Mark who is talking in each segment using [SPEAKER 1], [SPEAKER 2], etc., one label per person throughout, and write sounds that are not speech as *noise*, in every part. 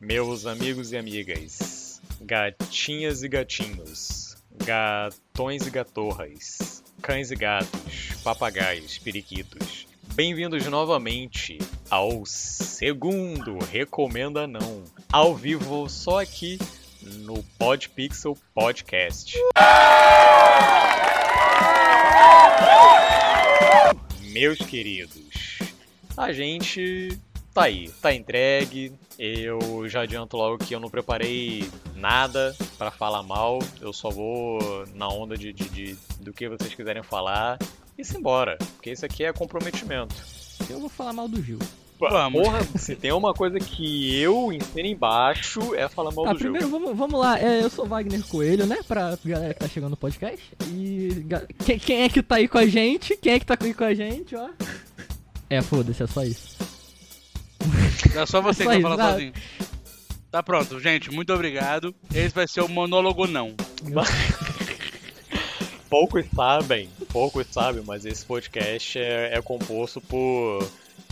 [SPEAKER 1] Meus amigos e amigas, gatinhas e gatinhos, gatões e gatorras, cães e gatos, papagaios, periquitos, bem-vindos novamente ao segundo Recomenda Não, ao vivo só aqui no Podpixel Podcast. Meus queridos, a gente tá aí, tá entregue. Eu já adianto logo que eu não preparei nada pra falar mal. Eu só vou na onda de, de- de- do que vocês quiserem falar e simbora, porque isso aqui é comprometimento.
[SPEAKER 2] Eu vou falar mal do Gil.
[SPEAKER 3] Vamos.
[SPEAKER 1] Porra, se tem uma coisa que eu ensino embaixo é falar mal
[SPEAKER 2] Ah,
[SPEAKER 1] do jogo.
[SPEAKER 2] primeiro vamos, vamos lá. É, eu sou Wagner Coelho, né? Pra galera que tá chegando no podcast. E ga- quem, quem é que tá aí com a gente? Quem é que tá aí com a gente, ó? É, foda-se, é só isso.
[SPEAKER 3] É só
[SPEAKER 2] Só
[SPEAKER 3] você que vai
[SPEAKER 2] isso,
[SPEAKER 3] falar
[SPEAKER 2] nada.
[SPEAKER 3] sozinho. Tá pronto, gente. Muito obrigado. Esse vai ser o monólogo não.
[SPEAKER 1] *laughs* poucos sabem, poucos sabem, mas esse podcast é, é composto por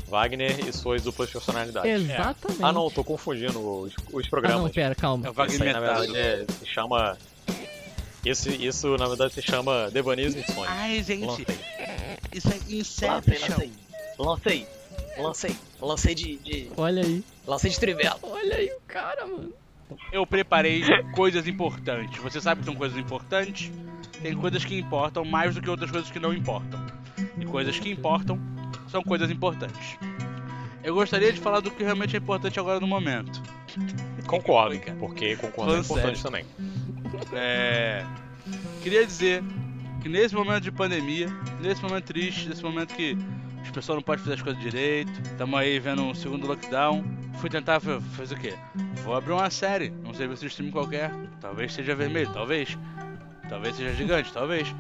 [SPEAKER 1] Wagner e suas duplas personalidades.
[SPEAKER 2] Exatamente.
[SPEAKER 1] Ah não, tô confundindo os, os
[SPEAKER 2] Ah, não,
[SPEAKER 1] programas.
[SPEAKER 2] pera,
[SPEAKER 3] É o
[SPEAKER 2] calma.
[SPEAKER 1] isso aí,
[SPEAKER 3] Wagner
[SPEAKER 1] na
[SPEAKER 3] Metade.
[SPEAKER 1] verdade é- se chama. Isso, isso na verdade se chama Devanismo e
[SPEAKER 4] Ah,
[SPEAKER 1] Sonhos.
[SPEAKER 3] Ai, gente,
[SPEAKER 1] Lancei,
[SPEAKER 3] isso é
[SPEAKER 4] Lancei,
[SPEAKER 3] Inception.
[SPEAKER 4] lancei. Lancei. Lancei. Lancei de, de.
[SPEAKER 2] Olha aí.
[SPEAKER 4] Lancei de trivela.
[SPEAKER 2] Olha aí o cara, mano.
[SPEAKER 3] Eu preparei coisas importantes. Você sabe que são coisas importantes? Tem coisas que importam mais do que outras coisas que não importam. E coisas que importam são coisas importantes. Eu gostaria de falar do que realmente é importante agora no momento.
[SPEAKER 1] Concordo,
[SPEAKER 3] Foi, cara.
[SPEAKER 1] porque concordo é
[SPEAKER 3] Falando
[SPEAKER 1] importante
[SPEAKER 3] sério.
[SPEAKER 1] também.
[SPEAKER 3] É... Queria dizer que nesse momento de pandemia, nesse momento triste, nesse momento que as pessoas não podem fazer as coisas direito, estamos aí vendo um segundo lockdown, fui tentar fa- fazer o quê? Vou abrir uma série, um serviço de streaming qualquer, talvez seja vermelho, talvez, talvez seja gigante, talvez,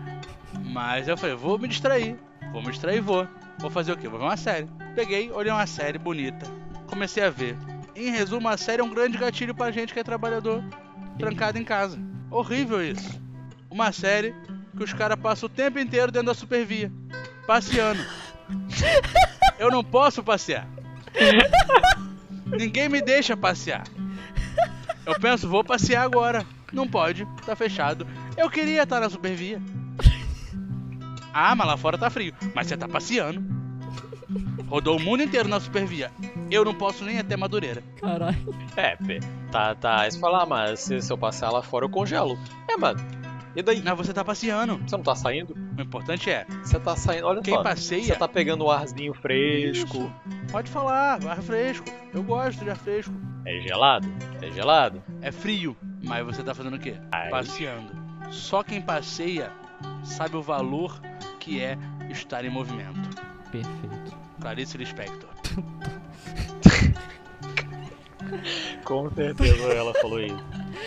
[SPEAKER 3] mas eu falei, vou me distrair, vou me distrair e vou, vou fazer o quê? Vou ver uma série. Peguei, olhei uma série bonita, comecei a ver. Em resumo, a série é um grande gatilho pra gente que é trabalhador, trancado em casa. Horrível isso. Uma série que os caras passam o tempo inteiro dentro da supervia, passeando. Eu não posso passear. Ninguém me deixa passear. Eu penso, vou passear agora. Não pode, tá fechado. Eu queria estar na supervia. Ah, mas lá fora tá frio. Mas você tá passeando. Rodou o mundo inteiro na supervia. Eu não posso nem ir até Madureira.
[SPEAKER 2] Caralho.
[SPEAKER 1] É, pê, tá, tá. Aí você fala, ah, mas se, se eu passar lá fora eu congelo. É, mano. E daí?
[SPEAKER 3] Mas você tá passeando.
[SPEAKER 1] Você não tá saindo?
[SPEAKER 3] O importante é,
[SPEAKER 1] Você tá saindo. Olha
[SPEAKER 3] quem
[SPEAKER 1] só. Você
[SPEAKER 3] passeia
[SPEAKER 1] tá pegando o arzinho fresco.
[SPEAKER 3] Pode falar, ar fresco. Eu gosto de ar fresco.
[SPEAKER 1] É gelado? É gelado?
[SPEAKER 3] É frio, mas você tá fazendo o quê? Passeando. Só quem passeia sabe o valor que é estar em movimento.
[SPEAKER 2] Perfeito.
[SPEAKER 3] Clarice Lispector.
[SPEAKER 1] Com certeza ela falou isso.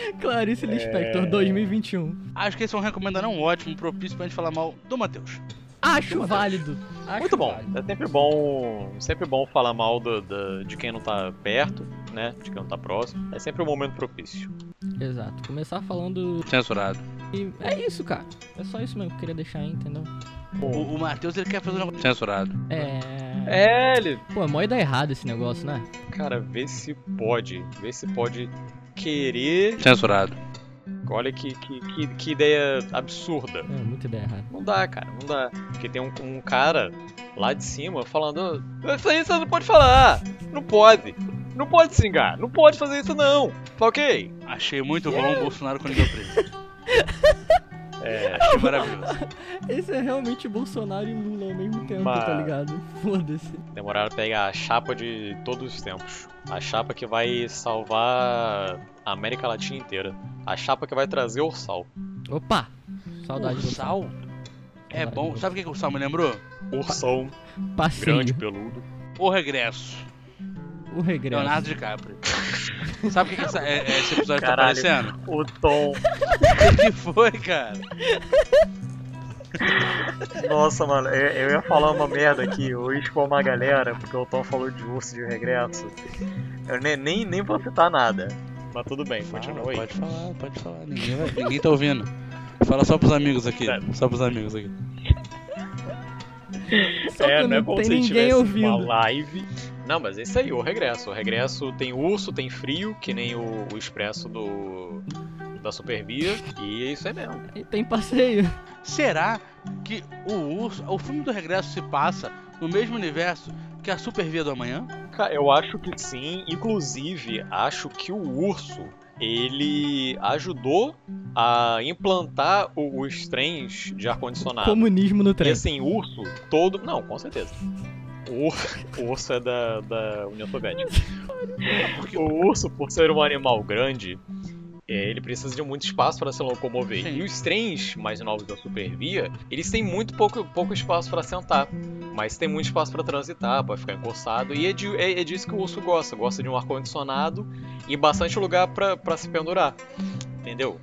[SPEAKER 2] É Clarice Lispector 2021.
[SPEAKER 3] Acho que esse é um recomenda não ótimo, propício pra gente falar mal do Matheus.
[SPEAKER 2] Acho válido. Acho
[SPEAKER 1] Muito bom.
[SPEAKER 2] válido.
[SPEAKER 1] É sempre bom, sempre bom falar mal do- do- de quem não tá perto, né? De quem não tá próximo. É sempre um momento propício.
[SPEAKER 2] Exato. Começar falando.
[SPEAKER 3] Censurado.
[SPEAKER 2] e É isso, cara. É só isso mesmo que eu queria deixar aí, entendeu?
[SPEAKER 3] O, o Matheus ele quer fazer um negócio. Censurado.
[SPEAKER 2] É.
[SPEAKER 1] É, ele.
[SPEAKER 2] Pô, é mó ideia errada esse negócio, né?
[SPEAKER 1] Cara, vê se pode. Vê se pode querer.
[SPEAKER 3] Censurado.
[SPEAKER 1] Olha que, que, que, que ideia absurda.
[SPEAKER 2] É, muita ideia errada.
[SPEAKER 1] Não dá, cara, não dá. Porque tem um, um cara lá de cima falando: "Ah, Isso aí você não pode falar! Não pode! Não pode singar! Não pode fazer isso não! Tá ok?
[SPEAKER 3] Achei muito bom o Bolsonaro quando ele foi preso. *laughs* É, achei maravilhoso.
[SPEAKER 2] Esse é realmente Bolsonaro e Lula ao mesmo tempo,
[SPEAKER 1] Mas-
[SPEAKER 2] tá ligado? *laughs* Foda-se.
[SPEAKER 1] Demoraram a pegar a chapa de todos os tempos. A chapa que vai salvar a América Latina inteira. A chapa que vai trazer o sal.
[SPEAKER 2] Opa! Saudade
[SPEAKER 3] O
[SPEAKER 2] do
[SPEAKER 3] sal é bom. Sabe o que, que o sal me lembrou?
[SPEAKER 1] Ursão,
[SPEAKER 2] Passeio.
[SPEAKER 1] grande, peludo.
[SPEAKER 3] O regresso.
[SPEAKER 2] O regresso.
[SPEAKER 3] Leonardo DiCaprio. *laughs* Sabe o que, que essa- é- é esse episódio
[SPEAKER 1] Caralho.
[SPEAKER 3] tá aparecendo?
[SPEAKER 1] O Tom.
[SPEAKER 3] O que foi, cara?
[SPEAKER 1] Nossa, mano, eu, eu ia falar uma merda aqui, eu ia expor uma galera, porque o Tom falou de urso de regresso. assim. Eu nem, nem, nem vou citar nada. Mas tudo bem, continua aí.
[SPEAKER 3] pode falar, pode falar. É. Ninguém, vai- ninguém tá ouvindo. Fala só pros amigos aqui.
[SPEAKER 1] Sério.
[SPEAKER 3] Só pros amigos aqui.
[SPEAKER 1] É,
[SPEAKER 3] é
[SPEAKER 2] Só que não, tem ninguém ouvindo.
[SPEAKER 1] live, Não, mas esse aí, o regresso. O regresso tem urso, tem frio, que nem o, o expresso do. da Supervia. E é isso aí mesmo.
[SPEAKER 2] E tem passeio.
[SPEAKER 3] Será que o urso. O filme do regresso se passa no mesmo universo que a Supervia do Amanhã?
[SPEAKER 1] Cara, eu acho que sim. Inclusive, acho que o urso ele ajudou a implantar o- os trens de ar-condicionado.
[SPEAKER 2] Comunismo no
[SPEAKER 1] E
[SPEAKER 2] trem.
[SPEAKER 1] assim, urso, todo. Não, com certeza. O urso, o urso é da, da União Soviética. Porque o urso, por ser um animal grande, é, ele precisa de muito espaço para se locomover.
[SPEAKER 3] Sim.
[SPEAKER 1] E os trens mais novos da Supervia, eles têm muito pouco, pouco espaço para sentar. Mas tem muito espaço para transitar, para ficar encostado. E é, de- é- é disso que o urso gosta. Gosta de um ar-condicionado e bastante lugar para se pendurar. Entendeu?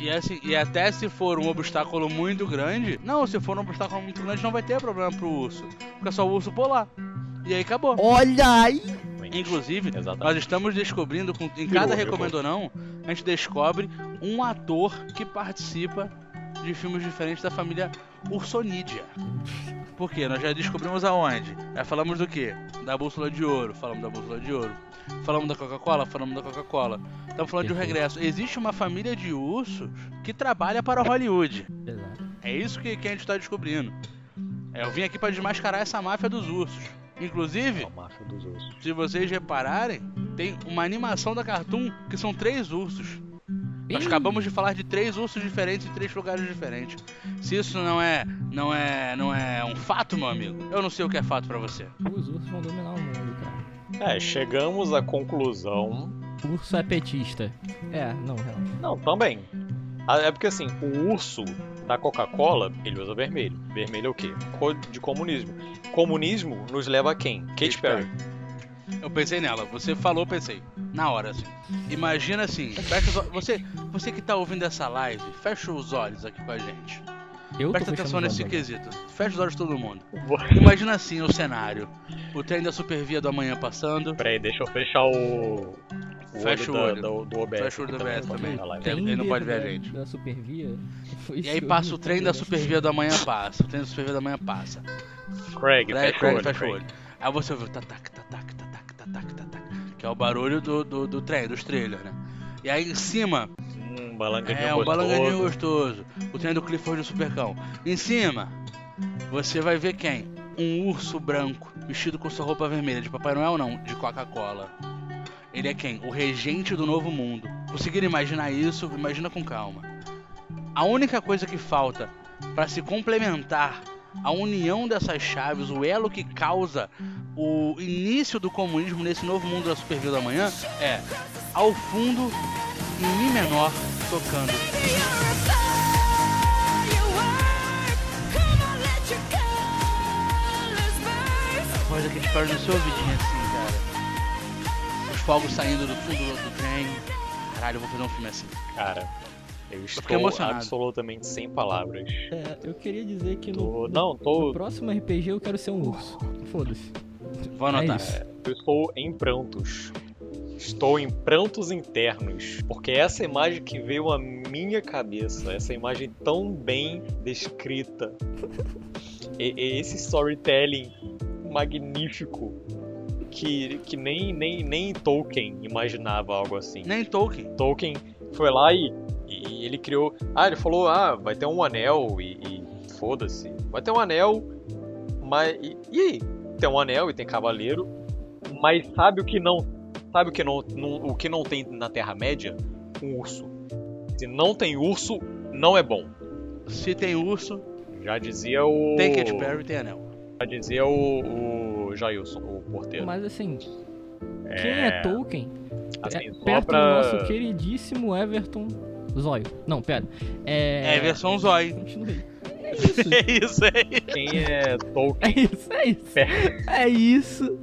[SPEAKER 3] E, assim, e até se for um obstáculo muito grande. Não, se for um obstáculo muito grande, não vai ter problema pro urso. Fica só o urso pular. E aí acabou.
[SPEAKER 2] Olha aí!
[SPEAKER 3] Inclusive,
[SPEAKER 1] Exatamente.
[SPEAKER 3] nós estamos descobrindo, com- em
[SPEAKER 1] Virou,
[SPEAKER 3] cada
[SPEAKER 1] virou.
[SPEAKER 3] recomendo ou não, a gente descobre um ator que participa de filmes diferentes da família Ursonídea. Por quê? Nós já descobrimos aonde? Já falamos do quê? Da bússola de ouro, falamos da bússola de ouro. Falamos da Coca-Cola, falamos da Coca-Cola. Estamos falando de um
[SPEAKER 2] Perfeito.
[SPEAKER 3] regresso. Existe uma família de ursos que trabalha para Hollywood.
[SPEAKER 2] Exato.
[SPEAKER 3] É isso que, que a gente está descobrindo. É, eu vim aqui para desmascarar essa máfia dos ursos. Inclusive,
[SPEAKER 1] A máfia É dos ursos.
[SPEAKER 3] se vocês repararem, tem uma animação da Cartoon que são três ursos. Nós
[SPEAKER 2] Ih.
[SPEAKER 3] acabamos de falar de três ursos diferentes em três lugares diferentes. Se isso não é, não é, não é um fato, meu amigo, eu não sei o que é fato pra você.
[SPEAKER 2] Os ursos vão dominar o mundo, cara.
[SPEAKER 1] É, chegamos à conclusão.
[SPEAKER 2] Urso é petista. É, não, realmente.
[SPEAKER 1] Não, também. Ah, É porque assim, o urso da Coca-Cola, ele usa vermelho. Vermelho é o quê? Cor de comunismo. Comunismo nos leva a quem? Katy Perry.
[SPEAKER 3] Eu pensei nela. Você falou, eu pensei. Na hora, assim. Imagina assim, fecha os olhos. Você, você que tá ouvindo essa live, fecha os olhos aqui com a gente.
[SPEAKER 2] Eu
[SPEAKER 3] Presta
[SPEAKER 2] tô
[SPEAKER 3] atenção
[SPEAKER 2] fechando os olhos
[SPEAKER 3] nesse
[SPEAKER 2] agora.
[SPEAKER 3] quesito. Fecha os olhos de todo mundo.
[SPEAKER 1] Vou-
[SPEAKER 3] Imagina assim o cenário. O trem da supervia do amanhã passando.
[SPEAKER 1] *laughs* Peraí, deixa eu fechar o. o
[SPEAKER 3] Fecha o
[SPEAKER 1] da-
[SPEAKER 3] olho.
[SPEAKER 1] da- do, OBS.
[SPEAKER 3] Fecha o olho
[SPEAKER 1] aqui
[SPEAKER 3] do OBS
[SPEAKER 1] pra
[SPEAKER 3] também.
[SPEAKER 1] ver a live.
[SPEAKER 3] Tem- ele não pode ver a gente.
[SPEAKER 2] Da supervia. *laughs* Foi
[SPEAKER 3] E aí
[SPEAKER 2] isso
[SPEAKER 3] passa
[SPEAKER 2] que
[SPEAKER 3] o
[SPEAKER 2] eu
[SPEAKER 3] trem
[SPEAKER 2] vi,
[SPEAKER 3] da
[SPEAKER 2] né?
[SPEAKER 3] supervia da manhã passa. O trem da supervia da manhã passa.
[SPEAKER 1] Craig,
[SPEAKER 3] Craig,
[SPEAKER 1] fecha, o
[SPEAKER 3] Craig,
[SPEAKER 1] olho,
[SPEAKER 3] fecha o
[SPEAKER 1] Craig.
[SPEAKER 3] olho. Aí você ouviu tatac, tatac, tatac, tatac, tatac. Que é o barulho do, do, do trem, dos trailers, né? E aí em cima,
[SPEAKER 1] Hum, balangadinho
[SPEAKER 3] é um balangadinho
[SPEAKER 1] gostoso.
[SPEAKER 3] gostoso. O trem do Clifford e o Supercão. Em cima, você vai ver quem? Um urso branco, vestido com sua roupa vermelha, de Papai Noel não, de Coca-Cola. Ele é quem? O regente do novo mundo. Conseguiram imaginar isso? Imagina com calma. A única coisa que falta para se complementar a união dessas chaves, o elo que causa o início do comunismo nesse novo mundo da Supervila da Manhã é ao fundo em Mi menor tocando. Coisa que explode no seu ouvidinho assim, cara. Os fogos saindo do fundo do- do trem. Caralho, eu vou fazer um filme assim.
[SPEAKER 1] Cara, eu
[SPEAKER 3] fiquei
[SPEAKER 1] estou
[SPEAKER 3] emocionado.
[SPEAKER 1] absolutamente sem palavras.
[SPEAKER 2] É, eu queria dizer que
[SPEAKER 1] Tô-
[SPEAKER 2] no,
[SPEAKER 1] não, tô-
[SPEAKER 2] no próximo RPG eu quero ser um urso. Foda-se.
[SPEAKER 3] Vou anotar.
[SPEAKER 2] É isso.
[SPEAKER 1] Eu estou em prantos. Estou em prantos internos. Porque é essa imagem que veio à minha cabeça, essa imagem tão bem descrita, e- e esse storytelling magnífico que, que nem, nem, nem Tolkien imaginava algo assim.
[SPEAKER 3] Nem Tolkien.
[SPEAKER 1] Tolkien foi lá e, e ele criou. Ah, ele falou: ah, vai ter um anel e, e foda-se. Vai ter um anel, mas. E, e aí? Tem um anel e tem cavaleiro, mas sabe o que não. Sabe o que não, não- o que não tem na Terra-média? Um urso. Se não tem urso, não é bom.
[SPEAKER 3] Se tem urso,
[SPEAKER 1] Já dizia o.
[SPEAKER 3] tem Katy Perry, tem anel.
[SPEAKER 1] Já dizia o, o Jailson, o porteiro.
[SPEAKER 2] Mas assim, quem é Tolkien
[SPEAKER 1] assim,
[SPEAKER 2] é
[SPEAKER 1] só
[SPEAKER 2] perto
[SPEAKER 1] pra-
[SPEAKER 2] do nosso
[SPEAKER 1] *laughs*
[SPEAKER 2] queridíssimo Everton Zóio. Não, pera.
[SPEAKER 3] É,
[SPEAKER 2] É.
[SPEAKER 3] versão zói.
[SPEAKER 2] Continue. É isso.
[SPEAKER 3] É isso aí.
[SPEAKER 1] Quem é Tolkien?
[SPEAKER 2] É isso, é isso. É isso.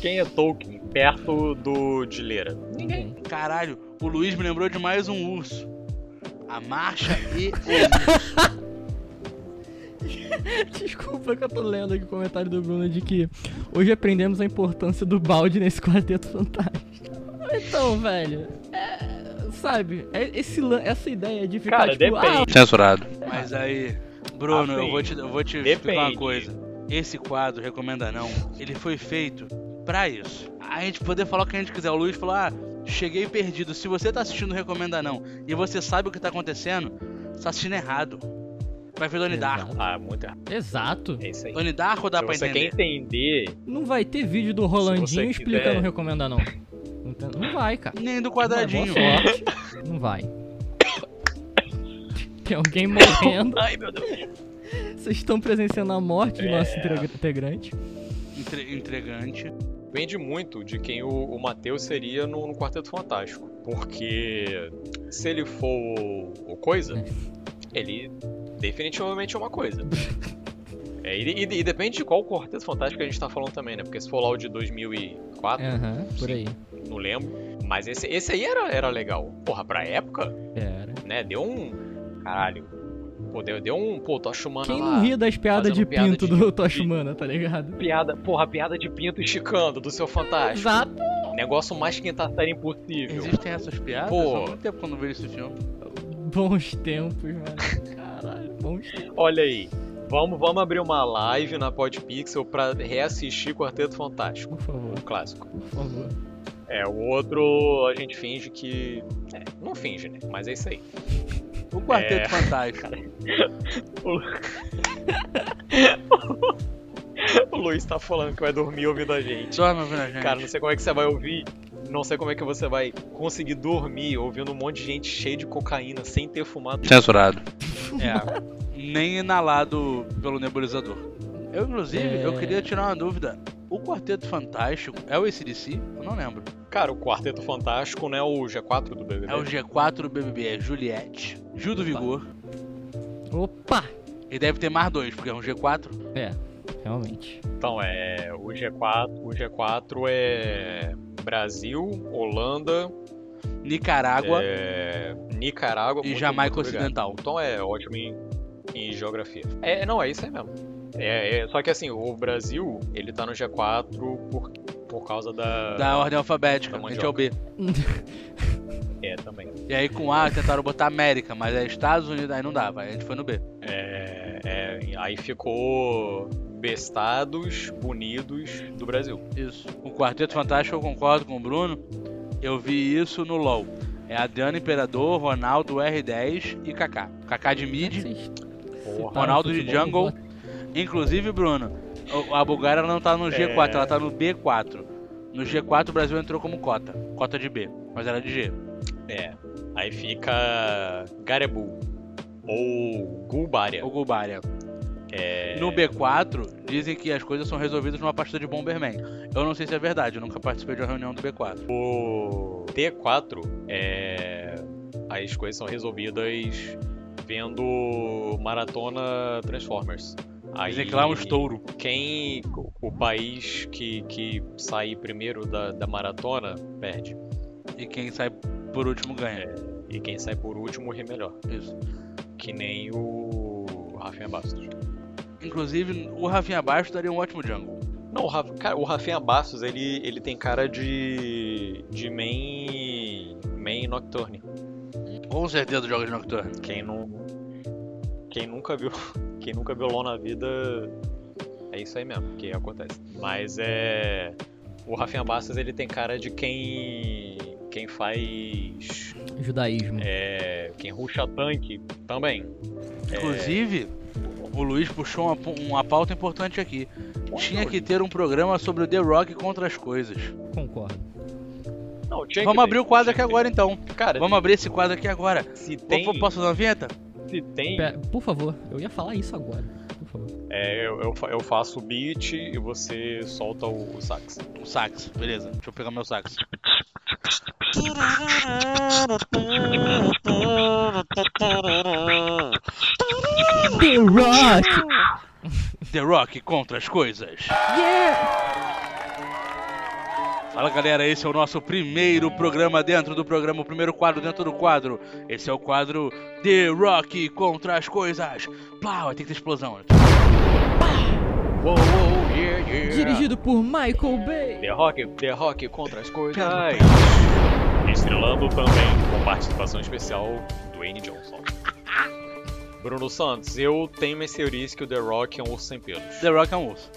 [SPEAKER 1] Quem é Tolkien perto do de Leira?
[SPEAKER 2] Ninguém.
[SPEAKER 3] Caralho, o Luiz me lembrou de mais um urso. A marcha e
[SPEAKER 2] *laughs* Desculpa que eu tô lendo aqui o comentário do Bruno de que hoje aprendemos a importância do balde nesse quarteto fantástico. *laughs* Então, velho, é, sabe, é esse, lan- essa ideia de ficar
[SPEAKER 1] Cara,
[SPEAKER 2] tipo,
[SPEAKER 1] depende.
[SPEAKER 2] ah,
[SPEAKER 3] Censurado. Mas aí, Bruno,
[SPEAKER 1] Assim,
[SPEAKER 3] eu vou te, eu vou te
[SPEAKER 1] depende.
[SPEAKER 3] explicar uma coisa. Esse quadro, recomenda não, ele foi feito pra isso. A gente poder falar o que a gente quiser. O Luiz falou: ah, cheguei perdido. Se você tá assistindo, recomenda não. E você sabe o que tá acontecendo, você tá assistindo errado. Vai ver Donnie Darko.
[SPEAKER 2] Exato.
[SPEAKER 1] Ah, muito errado.
[SPEAKER 2] Exato.
[SPEAKER 1] É isso aí.
[SPEAKER 3] Donnie Darko dá
[SPEAKER 1] Se
[SPEAKER 3] pra
[SPEAKER 1] você quer
[SPEAKER 3] entender.
[SPEAKER 1] entender,
[SPEAKER 2] Não vai ter vídeo do
[SPEAKER 1] você
[SPEAKER 2] Rolandinho
[SPEAKER 1] quiser-
[SPEAKER 2] explicando recomendar não. Entende? Não vai,
[SPEAKER 1] Um
[SPEAKER 2] cara.
[SPEAKER 3] Nem do
[SPEAKER 2] Mas boa
[SPEAKER 3] quadradinho.
[SPEAKER 2] sorte.
[SPEAKER 1] *coughs*
[SPEAKER 2] Não vai. Tem alguém morrendo.
[SPEAKER 4] Ai, meu Deus.
[SPEAKER 2] Vocês estão presenciando a morte do nosso
[SPEAKER 1] É.
[SPEAKER 2] integra- integrante.
[SPEAKER 3] Entre- entregante.
[SPEAKER 1] depende muito de quem o, o Matheus seria no, no Quarteto Fantástico. Porque se ele for o, o
[SPEAKER 2] *laughs*
[SPEAKER 1] Coisa, ele definitivamente é uma coisa. É, e, e- e depende de qual Quarteto Fantástico a gente tá falando também, né? Porque se for lá o de 2004,
[SPEAKER 2] Aham, por
[SPEAKER 1] Sim.
[SPEAKER 2] aí.
[SPEAKER 1] não lembro. Mas esse, esse aí era, era legal. Porra, pra época,
[SPEAKER 2] Pera.
[SPEAKER 1] né? Deu um. Caralho. Pô, deu, deu um. Pô, tô achando
[SPEAKER 2] Quem
[SPEAKER 1] lá.
[SPEAKER 2] não ria das piadas
[SPEAKER 1] fazendo
[SPEAKER 2] de
[SPEAKER 1] piada
[SPEAKER 2] pinto
[SPEAKER 1] de-
[SPEAKER 2] do Toshimana, tá ligado?
[SPEAKER 1] Piada, porra, piada de pinto esticando do seu fantástico.
[SPEAKER 2] Exato.
[SPEAKER 1] Negócio mais quinta-feira impossível.
[SPEAKER 3] Existem essas piadas?
[SPEAKER 1] Pô.
[SPEAKER 3] Há muito tempo que eu não vejo esse filme.
[SPEAKER 2] Bons tempos, mano. Caralho, bons tempos.
[SPEAKER 1] Olha aí. Vamos, vamos abrir uma live na Podpixel pra reassistir Quarteto Fantástico.
[SPEAKER 2] Por favor,
[SPEAKER 1] O clássico.
[SPEAKER 2] por favor.
[SPEAKER 1] É, o outro a gente finge que. É, não finge, né? Mas é isso aí. *laughs*
[SPEAKER 3] O Quarteto *laughs* Fantástico.
[SPEAKER 1] O Luiz tá falando que vai dormir ouvindo a gente.
[SPEAKER 3] Dorme ouvindo a gente.
[SPEAKER 1] Cara, não sei como é que você vai ouvir. Não sei como é que você vai conseguir dormir ouvindo um monte de gente cheia de cocaína sem ter fumado.
[SPEAKER 3] Censurado. É. Nem inalado pelo nebulizador. Eu, inclusive,
[SPEAKER 2] É.
[SPEAKER 3] eu queria tirar uma dúvida. O Quarteto Fantástico é o ACDC? Eu não lembro.
[SPEAKER 1] Cara, o Quarteto Fantástico não é o G4 do BBB?
[SPEAKER 3] É o G4 do BBB, é Juliette, Gil do Vigor.
[SPEAKER 2] Opa!
[SPEAKER 3] E deve ter mais dois, porque é um G4.
[SPEAKER 2] É, realmente.
[SPEAKER 1] Então, é. O G4, o G4 é. Brasil, Holanda,
[SPEAKER 3] Nicarágua
[SPEAKER 1] é, Nicarágua
[SPEAKER 3] e
[SPEAKER 1] muito,
[SPEAKER 3] Jamaica
[SPEAKER 1] muito obrigado.
[SPEAKER 3] Ocidental.
[SPEAKER 1] Então é ótimo em, em geografia. É, não, é isso aí mesmo. É, é- só que assim, o Brasil, ele tá no G4 por, por causa da.
[SPEAKER 3] Da ordem alfabética,
[SPEAKER 1] Da
[SPEAKER 3] a gente é o B.
[SPEAKER 1] É, também.
[SPEAKER 3] E aí com A tentaram botar América, mas é Estados Unidos, aí não dava, aí a gente foi no B.
[SPEAKER 1] É, é, aí ficou Bestados Unidos do Brasil.
[SPEAKER 3] Isso. O Quarteto Fantástico, eu concordo com o Bruno. Eu vi isso no LoL. É Adriano Imperador, Ronaldo R10 e Kaká. Kaká de mid.
[SPEAKER 2] Vocês citaram
[SPEAKER 3] Ronaldo de
[SPEAKER 2] futebol,
[SPEAKER 3] jungle.
[SPEAKER 2] não
[SPEAKER 3] Inclusive, Bruno, o- a Bulgária ela não tá no G4, ela tá no B4. No G4 o Brasil entrou como cota. Cota de B, mas era de G.
[SPEAKER 1] É. Aí fica Garebu. Ou Gulbária.
[SPEAKER 3] O Gulbária.
[SPEAKER 1] É,
[SPEAKER 3] No B4, dizem que as coisas são resolvidas numa pastura de Bomberman. Eu não sei se é verdade, eu nunca participei de uma reunião do B4.
[SPEAKER 1] O T4 é. As coisas são resolvidas vendo Maratona Transformers. Aí
[SPEAKER 3] Dizem que lá é um estouro.
[SPEAKER 1] Quem. O país que, que sair primeiro da, da maratona perde.
[SPEAKER 3] E quem sai por último ganha.
[SPEAKER 1] E quem sai por último ri melhor.
[SPEAKER 3] Isso.
[SPEAKER 1] Que nem o Rafinha Bastos.
[SPEAKER 3] Inclusive, o Rafinha Baixo daria um ótimo jungle.
[SPEAKER 1] Não, o, Raf... cara, o Rafinha Bastos, ele, ele tem cara de. de main. main Nocturne.
[SPEAKER 3] Com certeza joga de Nocturne.
[SPEAKER 1] Quem não. Quem nunca viu. *laughs* Quem nunca viu LOL na vida. É isso aí mesmo que acontece. Mas é. O Rafinha Bastos, ele tem cara de quem. Quem faz.
[SPEAKER 2] gosta. Judaísmo.
[SPEAKER 1] é, quem ruxa tanque também. É.
[SPEAKER 3] Inclusive, o Luiz puxou uma, pu- uma pauta importante aqui. Tinha que ter um programa sobre o The Rock contra as coisas.
[SPEAKER 2] Concordo.
[SPEAKER 1] Não, tinha que
[SPEAKER 3] Vamos
[SPEAKER 1] ter,
[SPEAKER 3] abrir o quadro aqui
[SPEAKER 1] tinha que
[SPEAKER 3] agora então.
[SPEAKER 1] ter. Cara,
[SPEAKER 3] Vamos abrir esse quadro aqui agora.
[SPEAKER 1] se tem.
[SPEAKER 3] Posso posso fazer uma vinheta?
[SPEAKER 1] Se tem.
[SPEAKER 2] Pera, por favor, eu ia falar isso agora. Por favor.
[SPEAKER 1] É, eu, eu, fa- eu faço o beat e você solta o, o sax.
[SPEAKER 3] Um sax, beleza. Deixa eu pegar meu sax.
[SPEAKER 2] The Rock!
[SPEAKER 3] The Rock contra as coisas.
[SPEAKER 2] Yeah!
[SPEAKER 3] Fala galera, esse é o nosso primeiro programa dentro do programa, o primeiro quadro dentro do quadro. Esse é o quadro The Rock contra as coisas. Plau, tem que ter explosão.
[SPEAKER 1] Uou, uou, yeah, yeah.
[SPEAKER 2] Dirigido por Michael Bay.
[SPEAKER 1] The Rock, The Rock contra as coisas. Estrelando também com participação especial do Dwayne Johnson. Bruno Santos, eu tenho minhas teorias que o The Rock é um urso sem pelos.
[SPEAKER 3] The Rock é um urso.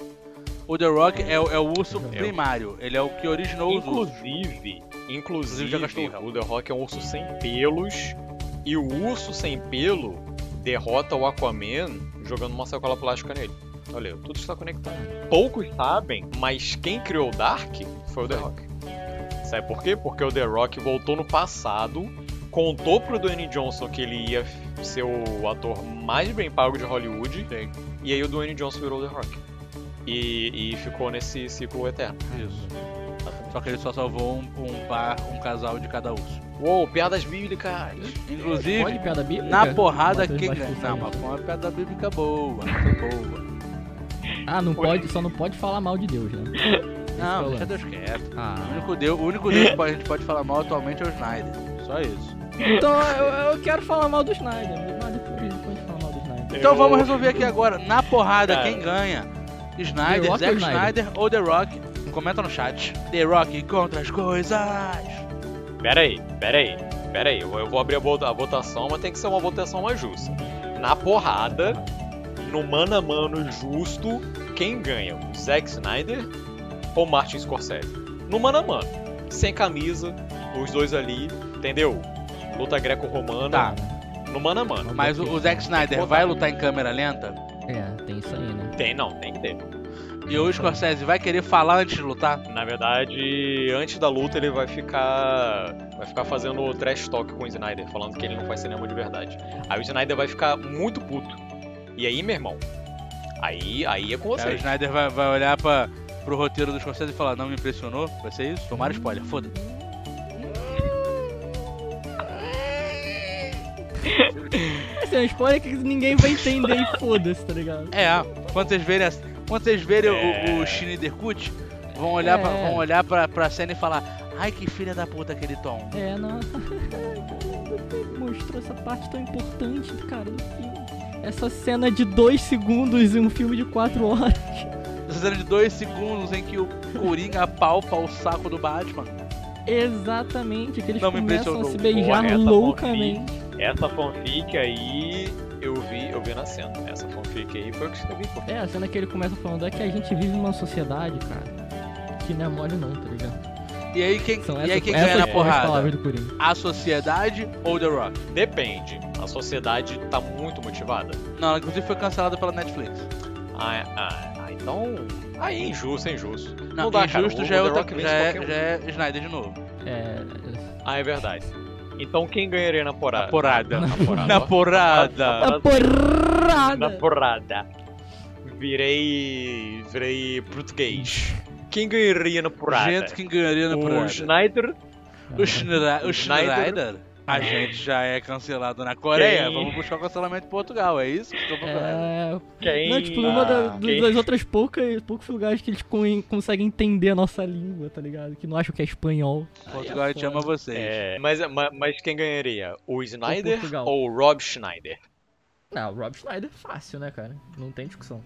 [SPEAKER 3] O The Rock é, o- é o urso
[SPEAKER 1] o-
[SPEAKER 3] primário. Ele é o que originou os ursos.
[SPEAKER 1] Inclusive,
[SPEAKER 3] Inclusive, já gastou
[SPEAKER 1] inclusive,
[SPEAKER 3] o rabo.
[SPEAKER 1] o The Rock é um urso sem pelos e o urso sem pelo derrota o Aquaman jogando uma sacola plástica nele. Olha, aí, tudo está conectado. Poucos sabem, mas quem criou o Dark foi o The Rock. Sabe por quê? Porque o The Rock voltou no passado, contou pro Dwayne Johnson que ele ia f- ser o ator mais bem pago de Hollywood,
[SPEAKER 3] Sim.
[SPEAKER 1] e aí o Dwayne Johnson virou o The Rock. E, e ficou nesse ciclo eterno.
[SPEAKER 3] Isso. Só que ele só salvou um, um par, um casal de cada urso.
[SPEAKER 1] Uou, piadas bíblicas!
[SPEAKER 3] Inclusive,
[SPEAKER 2] Pode piada bíblica?
[SPEAKER 3] na porrada
[SPEAKER 2] Matheus
[SPEAKER 3] quem
[SPEAKER 2] vai
[SPEAKER 3] ganha.
[SPEAKER 2] expulsar
[SPEAKER 3] Não,
[SPEAKER 2] ele.
[SPEAKER 3] mas foi uma piada bíblica boa. Boa.
[SPEAKER 2] Ah, não pode, só não pode falar mal de Deus, né?
[SPEAKER 3] Não, deixa Deus quieto. O
[SPEAKER 2] Ah.
[SPEAKER 3] único Deus, o único Deus que a gente pode falar mal atualmente é o Snyder. Só isso.
[SPEAKER 2] Então eu, eu quero falar mal do Snyder, mas depois pode falar mal do Snyder.
[SPEAKER 3] Então
[SPEAKER 1] Eu-
[SPEAKER 3] vamos resolver aqui agora, na porrada,
[SPEAKER 1] Cara.
[SPEAKER 3] quem ganha?
[SPEAKER 2] The
[SPEAKER 3] Snyder,
[SPEAKER 2] Rock
[SPEAKER 3] Zack
[SPEAKER 2] ou Snyder?
[SPEAKER 3] Snyder ou The Rock? Comenta no chat. The Rock contra as coisas.
[SPEAKER 1] Pera aí, pera aí, pera aí. Eu eu vou abrir a, vota- a votação, mas tem que ser uma votação mais justa. Na porrada, no mano a mano justo, quem ganha? O Zack Snyder ou Martin Scorsese? No mano a mano, sem camisa, os dois ali, entendeu? Luta greco-romana,
[SPEAKER 3] Tá,
[SPEAKER 1] no mano a mano.
[SPEAKER 3] mas o, o Zack Snyder vai lutar em câmera lenta?
[SPEAKER 2] É, tem isso aí, né?
[SPEAKER 1] Tem, não, tem que ter.
[SPEAKER 3] E o Scorsese vai querer falar antes de lutar?
[SPEAKER 1] Na verdade, antes da luta ele vai ficar. Vai ficar fazendo o trash talk com o Snyder, falando que ele não faz cinema de verdade. Aí o Snyder vai ficar muito puto. E aí, meu irmão? Aí, aí é com
[SPEAKER 3] Aí o
[SPEAKER 1] vocês.
[SPEAKER 3] Snyder vai, vai olhar pra, pro roteiro do Scorsese e falar, não me impressionou? Vai ser isso? Tomara spoiler, foda se
[SPEAKER 2] Assim, é um spoiler que ninguém vai entender e foda-se, tá ligado?
[SPEAKER 3] É, quando vocês verem, as- quando vocês verem o,
[SPEAKER 1] É.
[SPEAKER 3] o Schneider Kut, vão olhar, pra,
[SPEAKER 2] É.
[SPEAKER 3] vão olhar pra, pra cena e falar, ai que filha da puta aquele Tom.
[SPEAKER 2] É, não. *laughs* Mostrou essa parte tão importante, cara, do filme. Essa cena de dois segundos em um filme de quatro horas.
[SPEAKER 3] Essa cena de dois segundos em que o Coringa palpa o saco do Batman.
[SPEAKER 2] Exatamente, que eles
[SPEAKER 3] Não me
[SPEAKER 2] começam a
[SPEAKER 3] impressionou.
[SPEAKER 2] se beijar
[SPEAKER 1] Correta,
[SPEAKER 3] é
[SPEAKER 2] loucamente.
[SPEAKER 1] Essa fanfic aí eu vi, eu vi nascendo. Essa fanfic aí foi o que escrevi, pô.
[SPEAKER 2] É, a cena que ele começa falando é que a gente vive numa sociedade, cara, que não é mole não, tá ligado?
[SPEAKER 3] E aí quem,
[SPEAKER 2] São
[SPEAKER 3] e aí
[SPEAKER 2] essas,
[SPEAKER 3] quem
[SPEAKER 2] essas
[SPEAKER 3] ganha na
[SPEAKER 2] foram as
[SPEAKER 3] porrada?
[SPEAKER 2] palavras do Coringa.
[SPEAKER 3] A sociedade ou The Rock?
[SPEAKER 1] Depende. A sociedade tá muito motivada.
[SPEAKER 3] Não, ela, inclusive foi cancelada pela Netflix.
[SPEAKER 1] Ah, ah, ah, então. Aí é injusto, é injusto.
[SPEAKER 3] Não,
[SPEAKER 1] dá, cara.
[SPEAKER 3] injusto
[SPEAKER 1] O-
[SPEAKER 3] já,
[SPEAKER 1] o
[SPEAKER 3] é,
[SPEAKER 1] The
[SPEAKER 3] outra,
[SPEAKER 1] Rock vence
[SPEAKER 3] já, é,
[SPEAKER 1] qualquer um.
[SPEAKER 3] já é Snyder de novo.
[SPEAKER 2] É.
[SPEAKER 1] Ah, é verdade. Então quem ganharia na porada?
[SPEAKER 3] Na porada.
[SPEAKER 1] Na porada.
[SPEAKER 3] *laughs* Na
[SPEAKER 1] Tá
[SPEAKER 3] porrada!
[SPEAKER 2] A porrada!
[SPEAKER 1] Na porrada. Virei. Virei português. Quem ganharia na porrada?
[SPEAKER 3] Gente, quem ganharia na
[SPEAKER 1] o
[SPEAKER 3] porrada?
[SPEAKER 1] Schneider.
[SPEAKER 3] O, Schneida- o
[SPEAKER 1] o Schneider.
[SPEAKER 3] Schneider? A gente já é cancelado na Coreia.
[SPEAKER 1] Quem?
[SPEAKER 3] Vamos buscar o cancelamento em Portugal, é isso que eu tô procurando.
[SPEAKER 2] É,
[SPEAKER 1] Quem.
[SPEAKER 2] não, tipo, uma da-
[SPEAKER 1] Ah,
[SPEAKER 2] do-
[SPEAKER 1] quem-
[SPEAKER 2] das outras poucas, poucos lugares que eles con- conseguem entender a nossa língua, tá ligado? Que não acham que é espanhol.
[SPEAKER 3] Portugal, a gente ama vocês.
[SPEAKER 1] É, mas, ma- mas quem ganharia? O Schneider
[SPEAKER 2] Portugal.
[SPEAKER 1] ou o Rob Schneider?
[SPEAKER 2] Não, Rob Schneider é fácil, né, cara? Não tem discussão.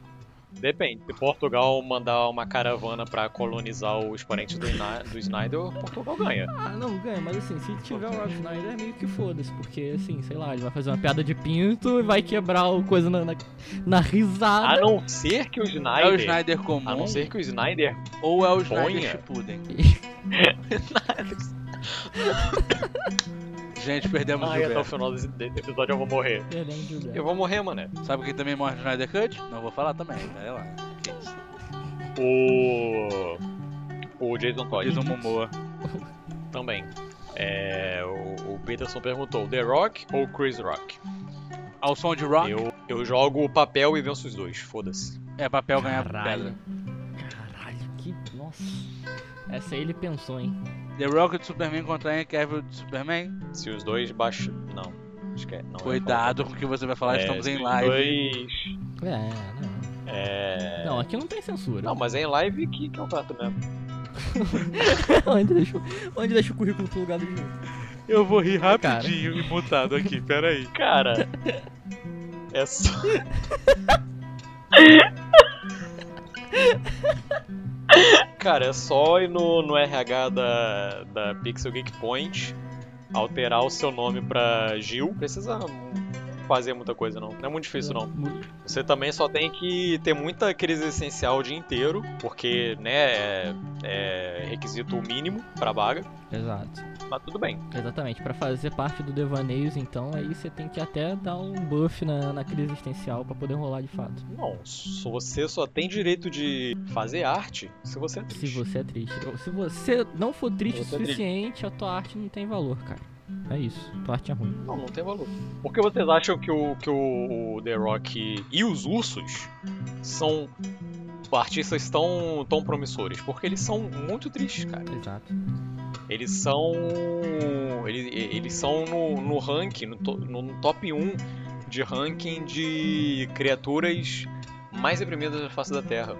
[SPEAKER 1] Depende. Se Portugal mandar uma caravana pra colonizar os parentes do, Ina- do Schneider, Portugal ganha.
[SPEAKER 2] Ah, não, ganha, mas assim, se tiver o Rob Schneider, é meio que foda-se, porque assim, sei lá, ele vai fazer uma piada de pinto e vai quebrar o coisa na, na, na
[SPEAKER 1] A
[SPEAKER 2] risada.
[SPEAKER 1] Ah, não ser que o
[SPEAKER 3] É o
[SPEAKER 1] Schneider.
[SPEAKER 3] Schneider comum
[SPEAKER 1] A não ser que o Schneider.
[SPEAKER 3] ou é o Schneider
[SPEAKER 1] Ponha.
[SPEAKER 3] Shippuden?
[SPEAKER 2] *laughs*
[SPEAKER 3] Gente, perdemos o
[SPEAKER 1] Ah, até o
[SPEAKER 3] Gilberto.
[SPEAKER 1] final desse desse episódio eu vou morrer.
[SPEAKER 2] Perdemos de
[SPEAKER 1] Eu
[SPEAKER 2] ideia.
[SPEAKER 1] vou morrer, mané.
[SPEAKER 3] Sabe quem também morre no Snyder Cut? Não vou falar também, tá, olha lá. Que isso?
[SPEAKER 1] O. O Jason Todd
[SPEAKER 3] Jason Momoa.
[SPEAKER 1] também. É, o, o Peterson perguntou: The Rock ou Chris Rock?
[SPEAKER 3] Ao som de rock,
[SPEAKER 1] Eu, eu jogo o papel e venço os dois, foda-se.
[SPEAKER 3] é papel ganhar pedra.
[SPEAKER 2] Caralho. Caralho, que. Nossa. Essa aí ele pensou, hein?
[SPEAKER 3] The Rock de Superman contra Henry Cavill de Superman.
[SPEAKER 1] Se os dois baixo. Não, esquece. Não, eu ia
[SPEAKER 3] Cuidado com o que você vai falar,
[SPEAKER 1] falar. É,
[SPEAKER 3] estamos
[SPEAKER 1] se
[SPEAKER 3] em
[SPEAKER 1] os
[SPEAKER 3] live.
[SPEAKER 1] dois-
[SPEAKER 2] É, não.
[SPEAKER 1] é...
[SPEAKER 2] Não, aqui não tem censura.
[SPEAKER 1] Não, mas é em live que, que é o prato mesmo.
[SPEAKER 2] *laughs* onde, deixa, o- onde deixa o currículo pro lugar do jogo?
[SPEAKER 3] Eu vou rir
[SPEAKER 2] Cara.
[SPEAKER 3] rapidinho e mutado aqui, peraí.
[SPEAKER 1] Cara. É só. Cara, é só ir no, no RH da, da Pixel Geek Point alterar o seu nome pra Gil. Precisa fazer muita coisa, não. Não é muito difícil, não.
[SPEAKER 2] Muito-
[SPEAKER 1] Você também só tem que ter muita crise essencial o dia inteiro, porque, né, é, é requisito mínimo pra vaga,
[SPEAKER 2] Exato.
[SPEAKER 1] mas tudo bem.
[SPEAKER 2] Exatamente. Pra fazer parte do Devaneios, então, aí você tem que até dar um buff na, na crise existencial pra poder rolar de fato.
[SPEAKER 1] Não, se você só tem direito de fazer arte se você é
[SPEAKER 2] Se
[SPEAKER 1] triste.
[SPEAKER 2] você é triste. Ou Se você não for triste o
[SPEAKER 1] Você é triste.
[SPEAKER 2] suficiente, a tua arte não tem valor, cara. É isso. Tua arte é ruim.
[SPEAKER 1] Não, não tem valor. Por que vocês acham que o, que o, o The Rock e os ursos são artistas tão, tão promissores? Porque eles são muito tristes, cara.
[SPEAKER 2] Exato.
[SPEAKER 1] Eles são. Eles, eles são no, no ranking, no, to- no- no top 1 de ranking de criaturas mais reprimidas da face da Terra.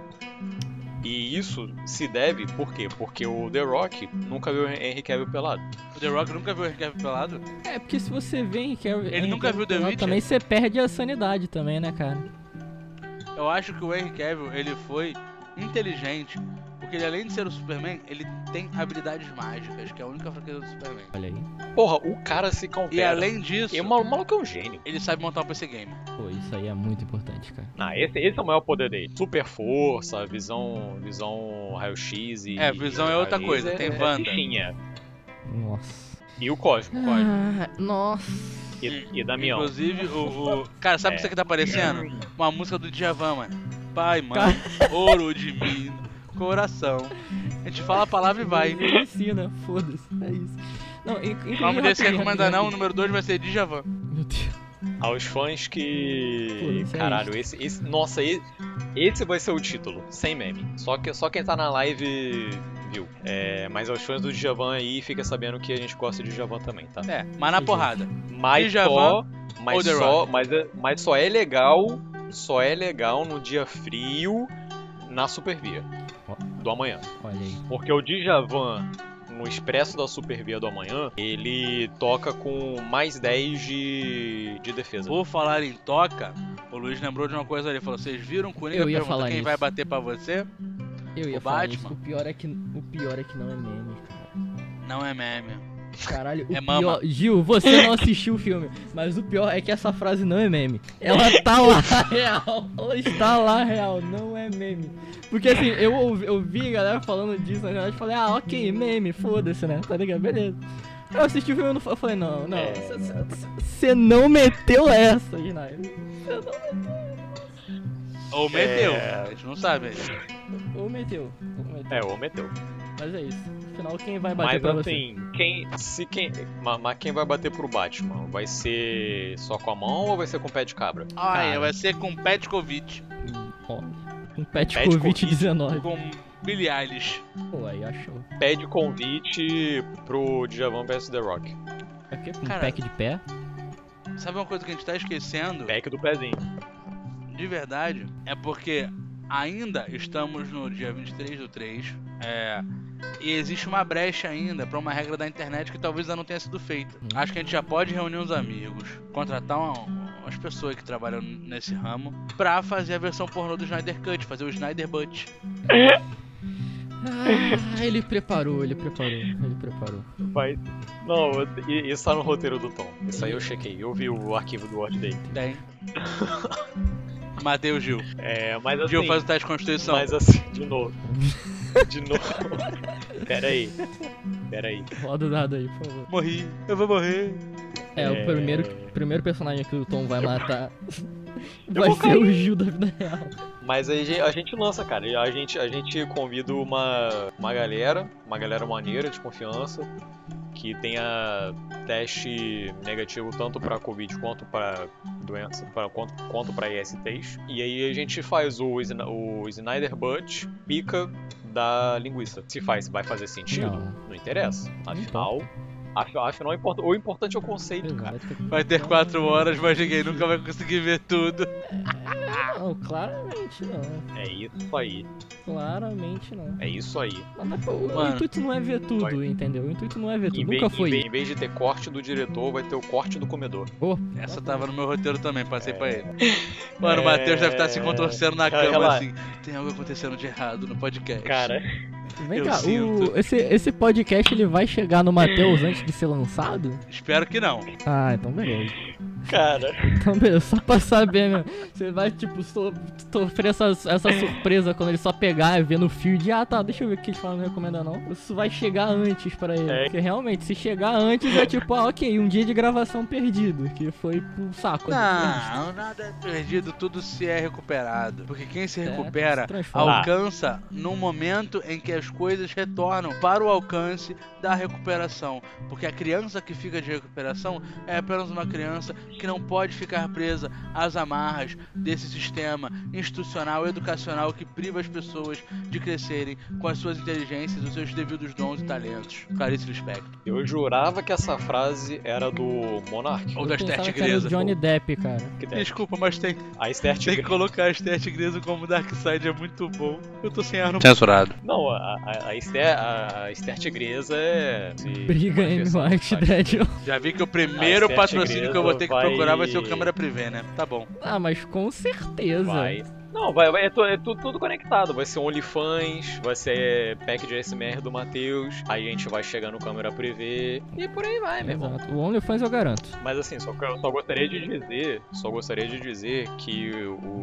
[SPEAKER 1] E isso se deve por quê? Porque o The Rock nunca viu o Henry Cavill pelado.
[SPEAKER 3] O The Rock nunca viu o Henry Cavill pelado?
[SPEAKER 2] É, porque se você vê Henry Cavill-
[SPEAKER 3] Ele
[SPEAKER 2] Henry
[SPEAKER 3] nunca
[SPEAKER 2] Cavill
[SPEAKER 3] viu The
[SPEAKER 2] pelado
[SPEAKER 3] Witcher?
[SPEAKER 2] é, Também você perde a sanidade também, né, cara?
[SPEAKER 3] Eu acho que o Henry Cavill, ele foi inteligente, porque ele além de ser o Superman, ele tem habilidades mágicas, que é a única fraqueza do Superman.
[SPEAKER 2] Olha aí.
[SPEAKER 1] Porra, o cara se
[SPEAKER 3] E
[SPEAKER 1] compara.
[SPEAKER 3] além disso,
[SPEAKER 1] E o mal- o maluco é um gênio.
[SPEAKER 3] ele sabe montar um PC game.
[SPEAKER 2] Pô, isso aí é muito importante, cara.
[SPEAKER 1] Ah, esse, esse é o maior poder dele. Super força, visão, visão raio-x e.
[SPEAKER 3] É, visão é outra
[SPEAKER 1] raio-x
[SPEAKER 3] coisa,
[SPEAKER 1] é-
[SPEAKER 3] tem
[SPEAKER 1] é
[SPEAKER 3] Wanda.
[SPEAKER 1] fichinha.
[SPEAKER 2] Nossa. Ah,
[SPEAKER 1] E o Cosmo, Cosmo.
[SPEAKER 2] nossa.
[SPEAKER 1] E, e Damião.
[SPEAKER 3] Inclusive, o, o- Cara, sabe
[SPEAKER 1] É.
[SPEAKER 3] isso aqui tá aparecendo? Uma música do Djavan, mano. Pai, mãe, ouro de mim, coração. A gente fala a palavra
[SPEAKER 2] *laughs*
[SPEAKER 3] e vai.
[SPEAKER 2] Ensina, foda-se. É isso. Não, in- inclusive,
[SPEAKER 3] O nome desse
[SPEAKER 2] rapidinho,
[SPEAKER 3] recomenda
[SPEAKER 2] rapidinho,
[SPEAKER 3] não, o número 2 vai ser Djavan.
[SPEAKER 2] rapidinho. Meu Deus.
[SPEAKER 1] Aos fãs
[SPEAKER 2] Pô,
[SPEAKER 1] que.
[SPEAKER 2] isso é
[SPEAKER 1] Caralho, esse, esse. Nossa, esse, esse vai ser o título, sem meme. Só, que, só quem tá na live viu. É, mas aos fãs do Djavan aí, fica sabendo que a gente gosta de Djavan também, tá?
[SPEAKER 3] É, mas na porrada.
[SPEAKER 1] Mas
[SPEAKER 3] Djavan
[SPEAKER 1] só, mas
[SPEAKER 3] The
[SPEAKER 1] só, mas, é- mas só é legal, só é legal no dia frio na Supervia
[SPEAKER 2] Ó.
[SPEAKER 1] do amanhã,
[SPEAKER 2] Olha aí.
[SPEAKER 1] porque o Djavan no expresso da Supervia do amanhã, ele toca com mais 10 de, de defesa.
[SPEAKER 3] Por falar em toca, o Luiz lembrou de uma coisa ali. Falou, vocês viram o Coringa
[SPEAKER 2] Eu ia
[SPEAKER 3] pergunta
[SPEAKER 2] falar
[SPEAKER 3] quem
[SPEAKER 2] isso.
[SPEAKER 3] vai bater pra você?
[SPEAKER 2] Eu ia
[SPEAKER 3] O
[SPEAKER 2] falar
[SPEAKER 3] Batman.
[SPEAKER 2] isso. O pior é que o pior é que não é meme, cara.
[SPEAKER 3] Não é meme.
[SPEAKER 2] Caralho, o
[SPEAKER 3] É
[SPEAKER 2] pior.
[SPEAKER 3] mama.
[SPEAKER 2] Gil, você não assistiu o filme, mas o pior é que essa frase não é meme. Ela tá lá *laughs* real. Ela está lá real, não é meme. Porque assim, eu ouvi, eu vi a galera falando disso na verdade e falei, ah, ok, meme, foda-se, né? Tá ligado? Beleza. Eu assisti o filme e eu não fa- eu falei, não, não.
[SPEAKER 1] É.
[SPEAKER 2] Você não meteu essa, Snyder.
[SPEAKER 3] Ou meteu, a gente não sabe.
[SPEAKER 2] Ou meteu. Ou meteu.
[SPEAKER 1] É, o meteu.
[SPEAKER 2] Mas é isso. Afinal, quem vai bater
[SPEAKER 1] Mas
[SPEAKER 2] pra
[SPEAKER 1] assim, quem se quem, ma- mas quem vai bater pro Batman? Vai ser só com a mão ou vai ser com o pé de cabra?
[SPEAKER 3] Ai,
[SPEAKER 2] Cara.
[SPEAKER 3] vai ser com Petkovic,
[SPEAKER 2] você? Ó, Um pet Covid-19.
[SPEAKER 3] com Billie Eilish.
[SPEAKER 2] Pô, aí achou.
[SPEAKER 1] Pede convite pro Djavan vs The Rock.
[SPEAKER 2] É o quê? Um
[SPEAKER 3] Cara.
[SPEAKER 2] pack de pé?
[SPEAKER 3] Sabe uma coisa que a gente tá esquecendo?
[SPEAKER 1] Pack do pezinho.
[SPEAKER 3] De verdade, é porque ainda estamos no dia 23 do 3. É. E existe uma brecha ainda pra uma regra da internet que talvez ainda não tenha sido feita.
[SPEAKER 2] Hum.
[SPEAKER 3] Acho que a gente já pode reunir uns amigos, contratar um- umas pessoas que trabalham nesse ramo pra fazer a versão pornô do Snyder Cut, fazer o Snyder Butt.
[SPEAKER 2] Ah, ele preparou, ele preparou, ele preparou.
[SPEAKER 1] Vai. Não, i- isso tá no roteiro do Tom. Isso aí eu chequei. Eu vi o arquivo do Word dele.
[SPEAKER 3] *laughs* Tem. Matei o Gil.
[SPEAKER 1] É, mas assim.
[SPEAKER 3] Gil faz o teste de constituição.
[SPEAKER 1] Mas assim, de novo. De novo. Pera aí. Pera aí.
[SPEAKER 2] Roda o dado aí, por favor.
[SPEAKER 3] Morri, eu vou morrer.
[SPEAKER 2] É, o primeiro, primeiro personagem que o Tom vai matar
[SPEAKER 1] Eu
[SPEAKER 2] vai
[SPEAKER 1] vou
[SPEAKER 2] ser
[SPEAKER 1] cair.
[SPEAKER 2] o Gil da vida real.
[SPEAKER 1] Mas aí ge- a gente lança, cara. A gente, a gente convida uma, uma galera, uma galera maneira, de confiança, que tenha teste negativo tanto pra Covid quanto pra doença, pra, quanto, quanto pra ISTs. E aí a gente faz o, Sna- o Snyder Butt pica da linguiça. Se faz, vai fazer sentido? Não,
[SPEAKER 2] Não, Então.
[SPEAKER 1] interessa. Afinal, afi- afinal importa- o importante é o conceito, cara.
[SPEAKER 2] exato.
[SPEAKER 3] Vai ter quatro horas, mas ninguém nunca vai conseguir ver tudo.
[SPEAKER 2] Ah, Não, claramente não.
[SPEAKER 1] É isso aí.
[SPEAKER 2] Claramente não.
[SPEAKER 1] É isso aí.
[SPEAKER 2] Mas, mas, pô, o
[SPEAKER 3] Mano.
[SPEAKER 2] intuito não é ver tudo,
[SPEAKER 1] Vai.
[SPEAKER 2] entendeu? O intuito não é ver
[SPEAKER 1] Em
[SPEAKER 2] tudo.
[SPEAKER 1] vez,
[SPEAKER 2] Nunca foi.
[SPEAKER 1] em vez- em vez de ter corte do diretor, vai ter o corte do comedor.
[SPEAKER 2] Oh,
[SPEAKER 3] Essa tava no meu roteiro também, passei
[SPEAKER 1] É.
[SPEAKER 3] pra ele. Mano, o Matheus deve estar se contorcendo na
[SPEAKER 1] Cara,
[SPEAKER 3] cama
[SPEAKER 1] relaxa.
[SPEAKER 3] assim. Tem algo acontecendo de errado no podcast.
[SPEAKER 1] Cara,
[SPEAKER 2] vem
[SPEAKER 3] eu
[SPEAKER 2] cá, o-
[SPEAKER 3] sinto.
[SPEAKER 2] esse, esse podcast ele vai chegar no Matheus antes de ser lançado?
[SPEAKER 3] Espero que não.
[SPEAKER 2] Ah, então beleza.
[SPEAKER 4] Cara,
[SPEAKER 2] Então, beleza, só pra saber mesmo. Você vai, tipo, so- sofrer essa, essa surpresa quando ele só pegar e ver no feed. Ah, tá, deixa eu ver o que eles falam, não recomenda não. Isso vai chegar antes pra ele.
[SPEAKER 1] É.
[SPEAKER 2] Porque realmente, se chegar antes, é tipo, ah, ok, um dia de gravação perdido. Que foi pro saco.
[SPEAKER 3] Não, nada é perdido, tudo se é recuperado. Porque quem se
[SPEAKER 2] É,
[SPEAKER 3] recupera Ah,
[SPEAKER 2] se transforma.
[SPEAKER 3] alcança no momento em que as coisas retornam para o alcance da recuperação. Porque a criança que fica de recuperação é apenas uma criança que não pode ficar presa às amarras desse sistema institucional, educacional que priva as pessoas de crescerem com as suas inteligências, os seus devidos dons e talentos. Clarice Lispector.
[SPEAKER 1] Eu jurava que essa frase era do Monark.
[SPEAKER 3] Ou
[SPEAKER 2] Eu
[SPEAKER 3] da Esther
[SPEAKER 2] pensava que era o
[SPEAKER 3] Tigresa.
[SPEAKER 2] Johnny Depp, cara.
[SPEAKER 1] Que deve-
[SPEAKER 3] Desculpa, mas tem,
[SPEAKER 1] A Esther
[SPEAKER 3] tem que
[SPEAKER 1] Tigresa.
[SPEAKER 3] colocar a Esther Tigresa como Darkseid, é muito bom. Eu tô sem ar no... Censurado.
[SPEAKER 1] Não, a, a, a, Esther, a, a Esther Tigresa é. se
[SPEAKER 2] Briga M.
[SPEAKER 1] manifestou
[SPEAKER 2] White,
[SPEAKER 1] bastante.
[SPEAKER 2] Dread.
[SPEAKER 3] Já vi que o
[SPEAKER 1] A
[SPEAKER 3] primeiro
[SPEAKER 1] Esther
[SPEAKER 3] patrocínio que eu vou ter que
[SPEAKER 1] Tigresa
[SPEAKER 3] procurar vai
[SPEAKER 1] vai
[SPEAKER 3] ser o câmera privê, né? Tá bom.
[SPEAKER 2] *laughs* Ah, mas com certeza.
[SPEAKER 1] Vai. Não, vai, vai- é, tu- é tu- tudo conectado. Vai ser OnlyFans, vai ser pack de SMR do Matheus, aí a gente vai chegar no câmera privê e por aí vai, meu irmão.
[SPEAKER 2] Exato. É O OnlyFans eu garanto.
[SPEAKER 1] Mas assim, só, que eu só gostaria de dizer, só gostaria de dizer que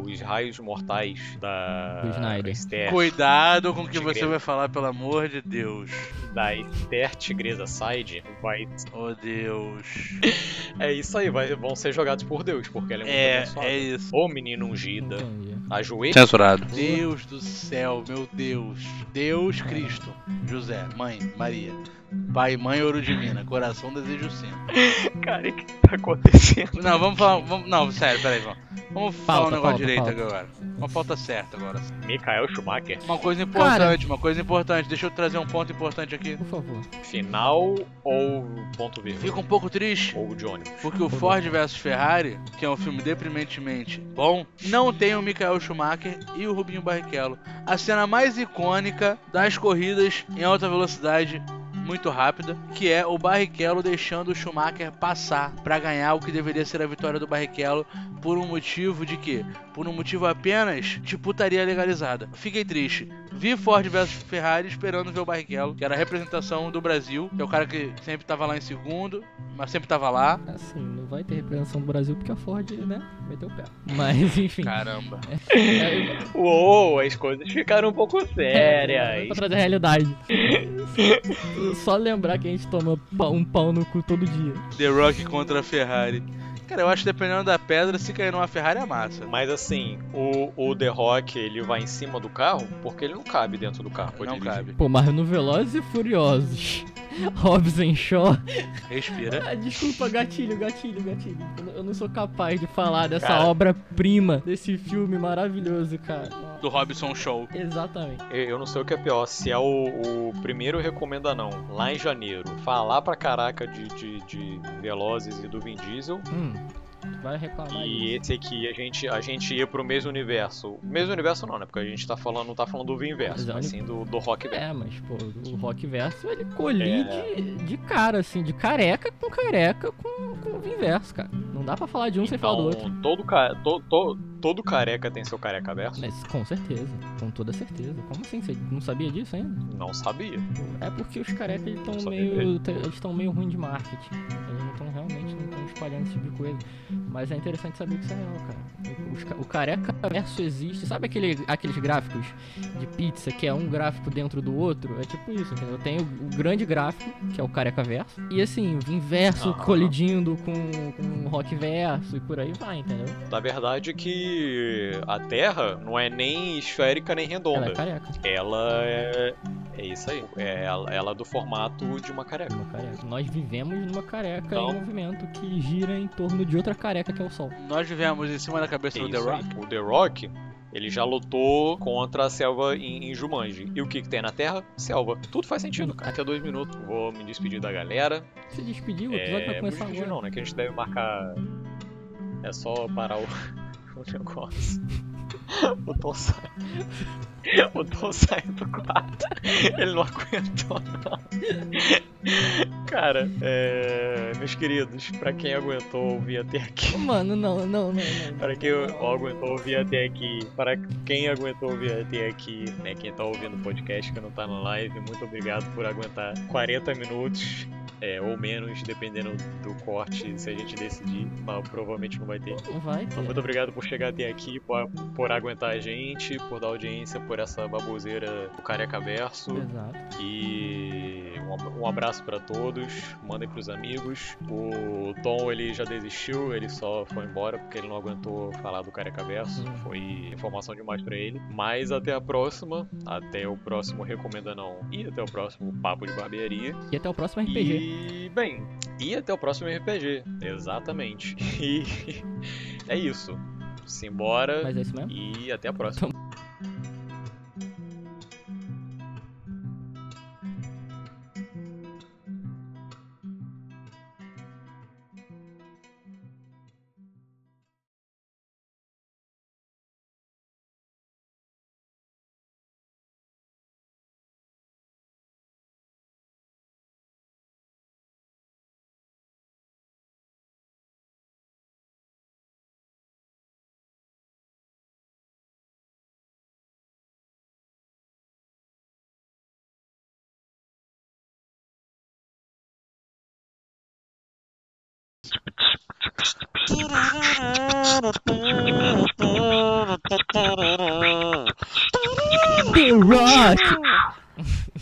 [SPEAKER 1] os raios mortais da
[SPEAKER 2] Do Snyder.
[SPEAKER 1] Esther,
[SPEAKER 3] Cuidado com o É. que você
[SPEAKER 1] Tigresa.
[SPEAKER 3] vai falar, pelo amor de Deus.
[SPEAKER 1] da Esther Tigresa Side vai
[SPEAKER 3] Oh, *laughs* Deus.
[SPEAKER 1] É isso aí, vai- vão ser jogados por Deus, porque ela é muito
[SPEAKER 3] É,
[SPEAKER 1] abençoada.
[SPEAKER 3] é isso.
[SPEAKER 1] Ô menino ungida,
[SPEAKER 2] Entendi.
[SPEAKER 1] ajoelha.
[SPEAKER 3] Censurado. Deus do céu, meu Deus. Deus Cristo. José, mãe, Maria. Pai, mãe, ouro de mina. Coração, desejo, sim.
[SPEAKER 1] Cara, o que tá acontecendo?
[SPEAKER 3] Não, vamos falar. Vamos, não, sério, peraí, vamos. Vamos falar um
[SPEAKER 2] Pauta,
[SPEAKER 3] negócio
[SPEAKER 2] pauta,
[SPEAKER 3] direito
[SPEAKER 2] pauta.
[SPEAKER 3] agora. Uma pauta certa agora.
[SPEAKER 1] Mikael Schumacher.
[SPEAKER 3] Uma coisa importante, uma coisa importante. Deixa eu trazer um ponto importante aqui.
[SPEAKER 2] Por favor.
[SPEAKER 1] Final ou ponto vírgula?
[SPEAKER 3] Fico um pouco triste
[SPEAKER 1] Ou Johnny.
[SPEAKER 3] Porque o Ford vs Ferrari, que é um filme deprimentemente bom, não tem o Michael Schumacher e o Rubinho Barrichello. A cena mais icônica das corridas em alta velocidade muito rápida, que é o Barrichello deixando o Schumacher passar para ganhar o que deveria ser a vitória do Barrichello por um motivo de quê? Por um motivo apenas de putaria legalizada. Fiquei triste. Vi Ford versus Ferrari esperando ver o Barrichello, que era a representação do Brasil, que é o cara que sempre tava lá em segundo, mas sempre tava lá.
[SPEAKER 2] Assim, não vai ter representação do Brasil porque a Ford, né, meteu o pé. Mas, enfim.
[SPEAKER 3] Caramba.
[SPEAKER 2] É,
[SPEAKER 1] Uou, as coisas ficaram um pouco
[SPEAKER 2] É, pra
[SPEAKER 1] sérias.
[SPEAKER 2] trazer a realidade. Só lembrar que a gente toma pa- um pau no cu todo dia.
[SPEAKER 3] The Rock contra a Ferrari. Cara, eu acho que dependendo da pedra, se cair numa Ferrari é massa.
[SPEAKER 1] Mas assim, o, o The Rock ele vai em cima do carro porque ele não cabe dentro do carro. pra
[SPEAKER 3] Não
[SPEAKER 1] dirigir.
[SPEAKER 3] cabe.
[SPEAKER 2] Pô, mas no Velozes e Furiosos, *laughs* Hobbs and Shaw...
[SPEAKER 3] Respira.
[SPEAKER 2] Ah, desculpa, gatilho, gatilho, gatilho. Eu não- Eu não sou capaz de falar dessa
[SPEAKER 1] Cara.
[SPEAKER 2] obra-prima, desse filme maravilhoso, cara.
[SPEAKER 3] Do Robson Show.
[SPEAKER 2] Exatamente.
[SPEAKER 1] Eu eu não sei o que é pior, se é o, o primeiro recomenda não, lá em janeiro, falar pra caraca de, de, de Velozes e do Vin Diesel,
[SPEAKER 2] Hum, tu vai reclamar
[SPEAKER 1] E esse aqui a gente, a gente ia pro mesmo universo. Mesmo universo não, né? Porque a gente tá falando, não tá falando do
[SPEAKER 2] Mas
[SPEAKER 1] universo,
[SPEAKER 2] é
[SPEAKER 1] mas
[SPEAKER 2] uni-
[SPEAKER 1] sim do, do rock band.
[SPEAKER 2] É, mas, pô, o Rock Verso, ele colide de cara, assim, de careca com careca com, com o inverso, cara. Não dá pra falar de um sem falar do outro.
[SPEAKER 1] Então, todo, ca- to- to- todo careca tem seu careca verso?
[SPEAKER 2] Mas com certeza, com toda certeza. Como assim? Você não sabia disso ainda?
[SPEAKER 1] Não sabia.
[SPEAKER 2] É porque os carecas eles
[SPEAKER 1] Não
[SPEAKER 2] estão
[SPEAKER 1] sabia
[SPEAKER 2] meio. te- Eles estão meio ruim de marketing. Eles não estão realmente não estão espalhando esse tipo de coisa. Mas é interessante saber que isso é real, cara. O- os ca- o careca verso existe. Sabe aquele, aqueles gráficos de pizza que é um gráfico dentro do outro? É tipo isso, entendeu? Tem o, o grande gráfico, que é o careca verso. E assim, o inverso
[SPEAKER 1] Aham.
[SPEAKER 2] colidindo com, com o rock verso e por aí vai, entendeu?
[SPEAKER 1] Na verdade é que a Terra não é nem esférica nem
[SPEAKER 2] Ela é
[SPEAKER 1] redonda.
[SPEAKER 2] careca.
[SPEAKER 1] Ela é. É isso aí. É ela, ela é do formato de uma careca.
[SPEAKER 2] Uma é careca. Nós vivemos numa careca
[SPEAKER 1] Então-
[SPEAKER 2] em movimento que gira em torno de outra careca que é o Sol.
[SPEAKER 3] Nós vivemos em cima da cabeça
[SPEAKER 1] É
[SPEAKER 3] do The
[SPEAKER 1] isso aí.
[SPEAKER 3] Rock.
[SPEAKER 1] O The Rock, ele já lutou contra a selva em, em Jumanji. E o que, que tem na Terra? Selva. Tudo faz sentido, cara. Até dois minutos. Vou me despedir da galera.
[SPEAKER 2] Se despediu, o episódio vai
[SPEAKER 1] É, me
[SPEAKER 2] começar
[SPEAKER 1] despedir
[SPEAKER 2] agora.
[SPEAKER 1] não, né? Que a gente deve marcar... É só parar o, *laughs* o negócio. *laughs* O Tom sai. O Tom sai do quarto. Ele não aguentou, não. Cara, é... meus queridos, pra quem aguentou ouvir até aqui...
[SPEAKER 2] Mano, não, não, não, não.
[SPEAKER 1] Para quem aguentou ouvir até aqui, para quem aguentou ouvir até aqui, né, quem tá ouvindo o podcast que não tá na live, muito obrigado por aguentar 40 minutos É, ou menos, dependendo do corte, se a gente decidir, mas provavelmente não vai ter.
[SPEAKER 2] Não vai
[SPEAKER 1] Então,
[SPEAKER 2] ter.
[SPEAKER 1] muito obrigado por chegar até aqui, por, por aguentar a gente, por dar audiência, por essa baboseira do Careca Verso.
[SPEAKER 2] Exato.
[SPEAKER 1] E um ab- um abraço pra todos, mandem pros amigos. O Tom ele já desistiu, ele só foi embora porque ele não aguentou falar do Careca Verso, foi informação demais pra ele. Mas até a próxima, até o próximo Recomenda Não e até o próximo Papo de Barbearia.
[SPEAKER 2] E até o próximo RPG.
[SPEAKER 1] E, bem, e até o próximo RPG, exatamente. *laughs* E é isso, simbora
[SPEAKER 2] Mas é isso mesmo?
[SPEAKER 1] e até a próxima.
[SPEAKER 2] The Rock!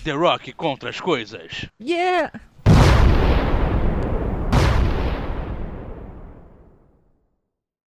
[SPEAKER 3] The Rock contra as coisas.
[SPEAKER 2] Yeah!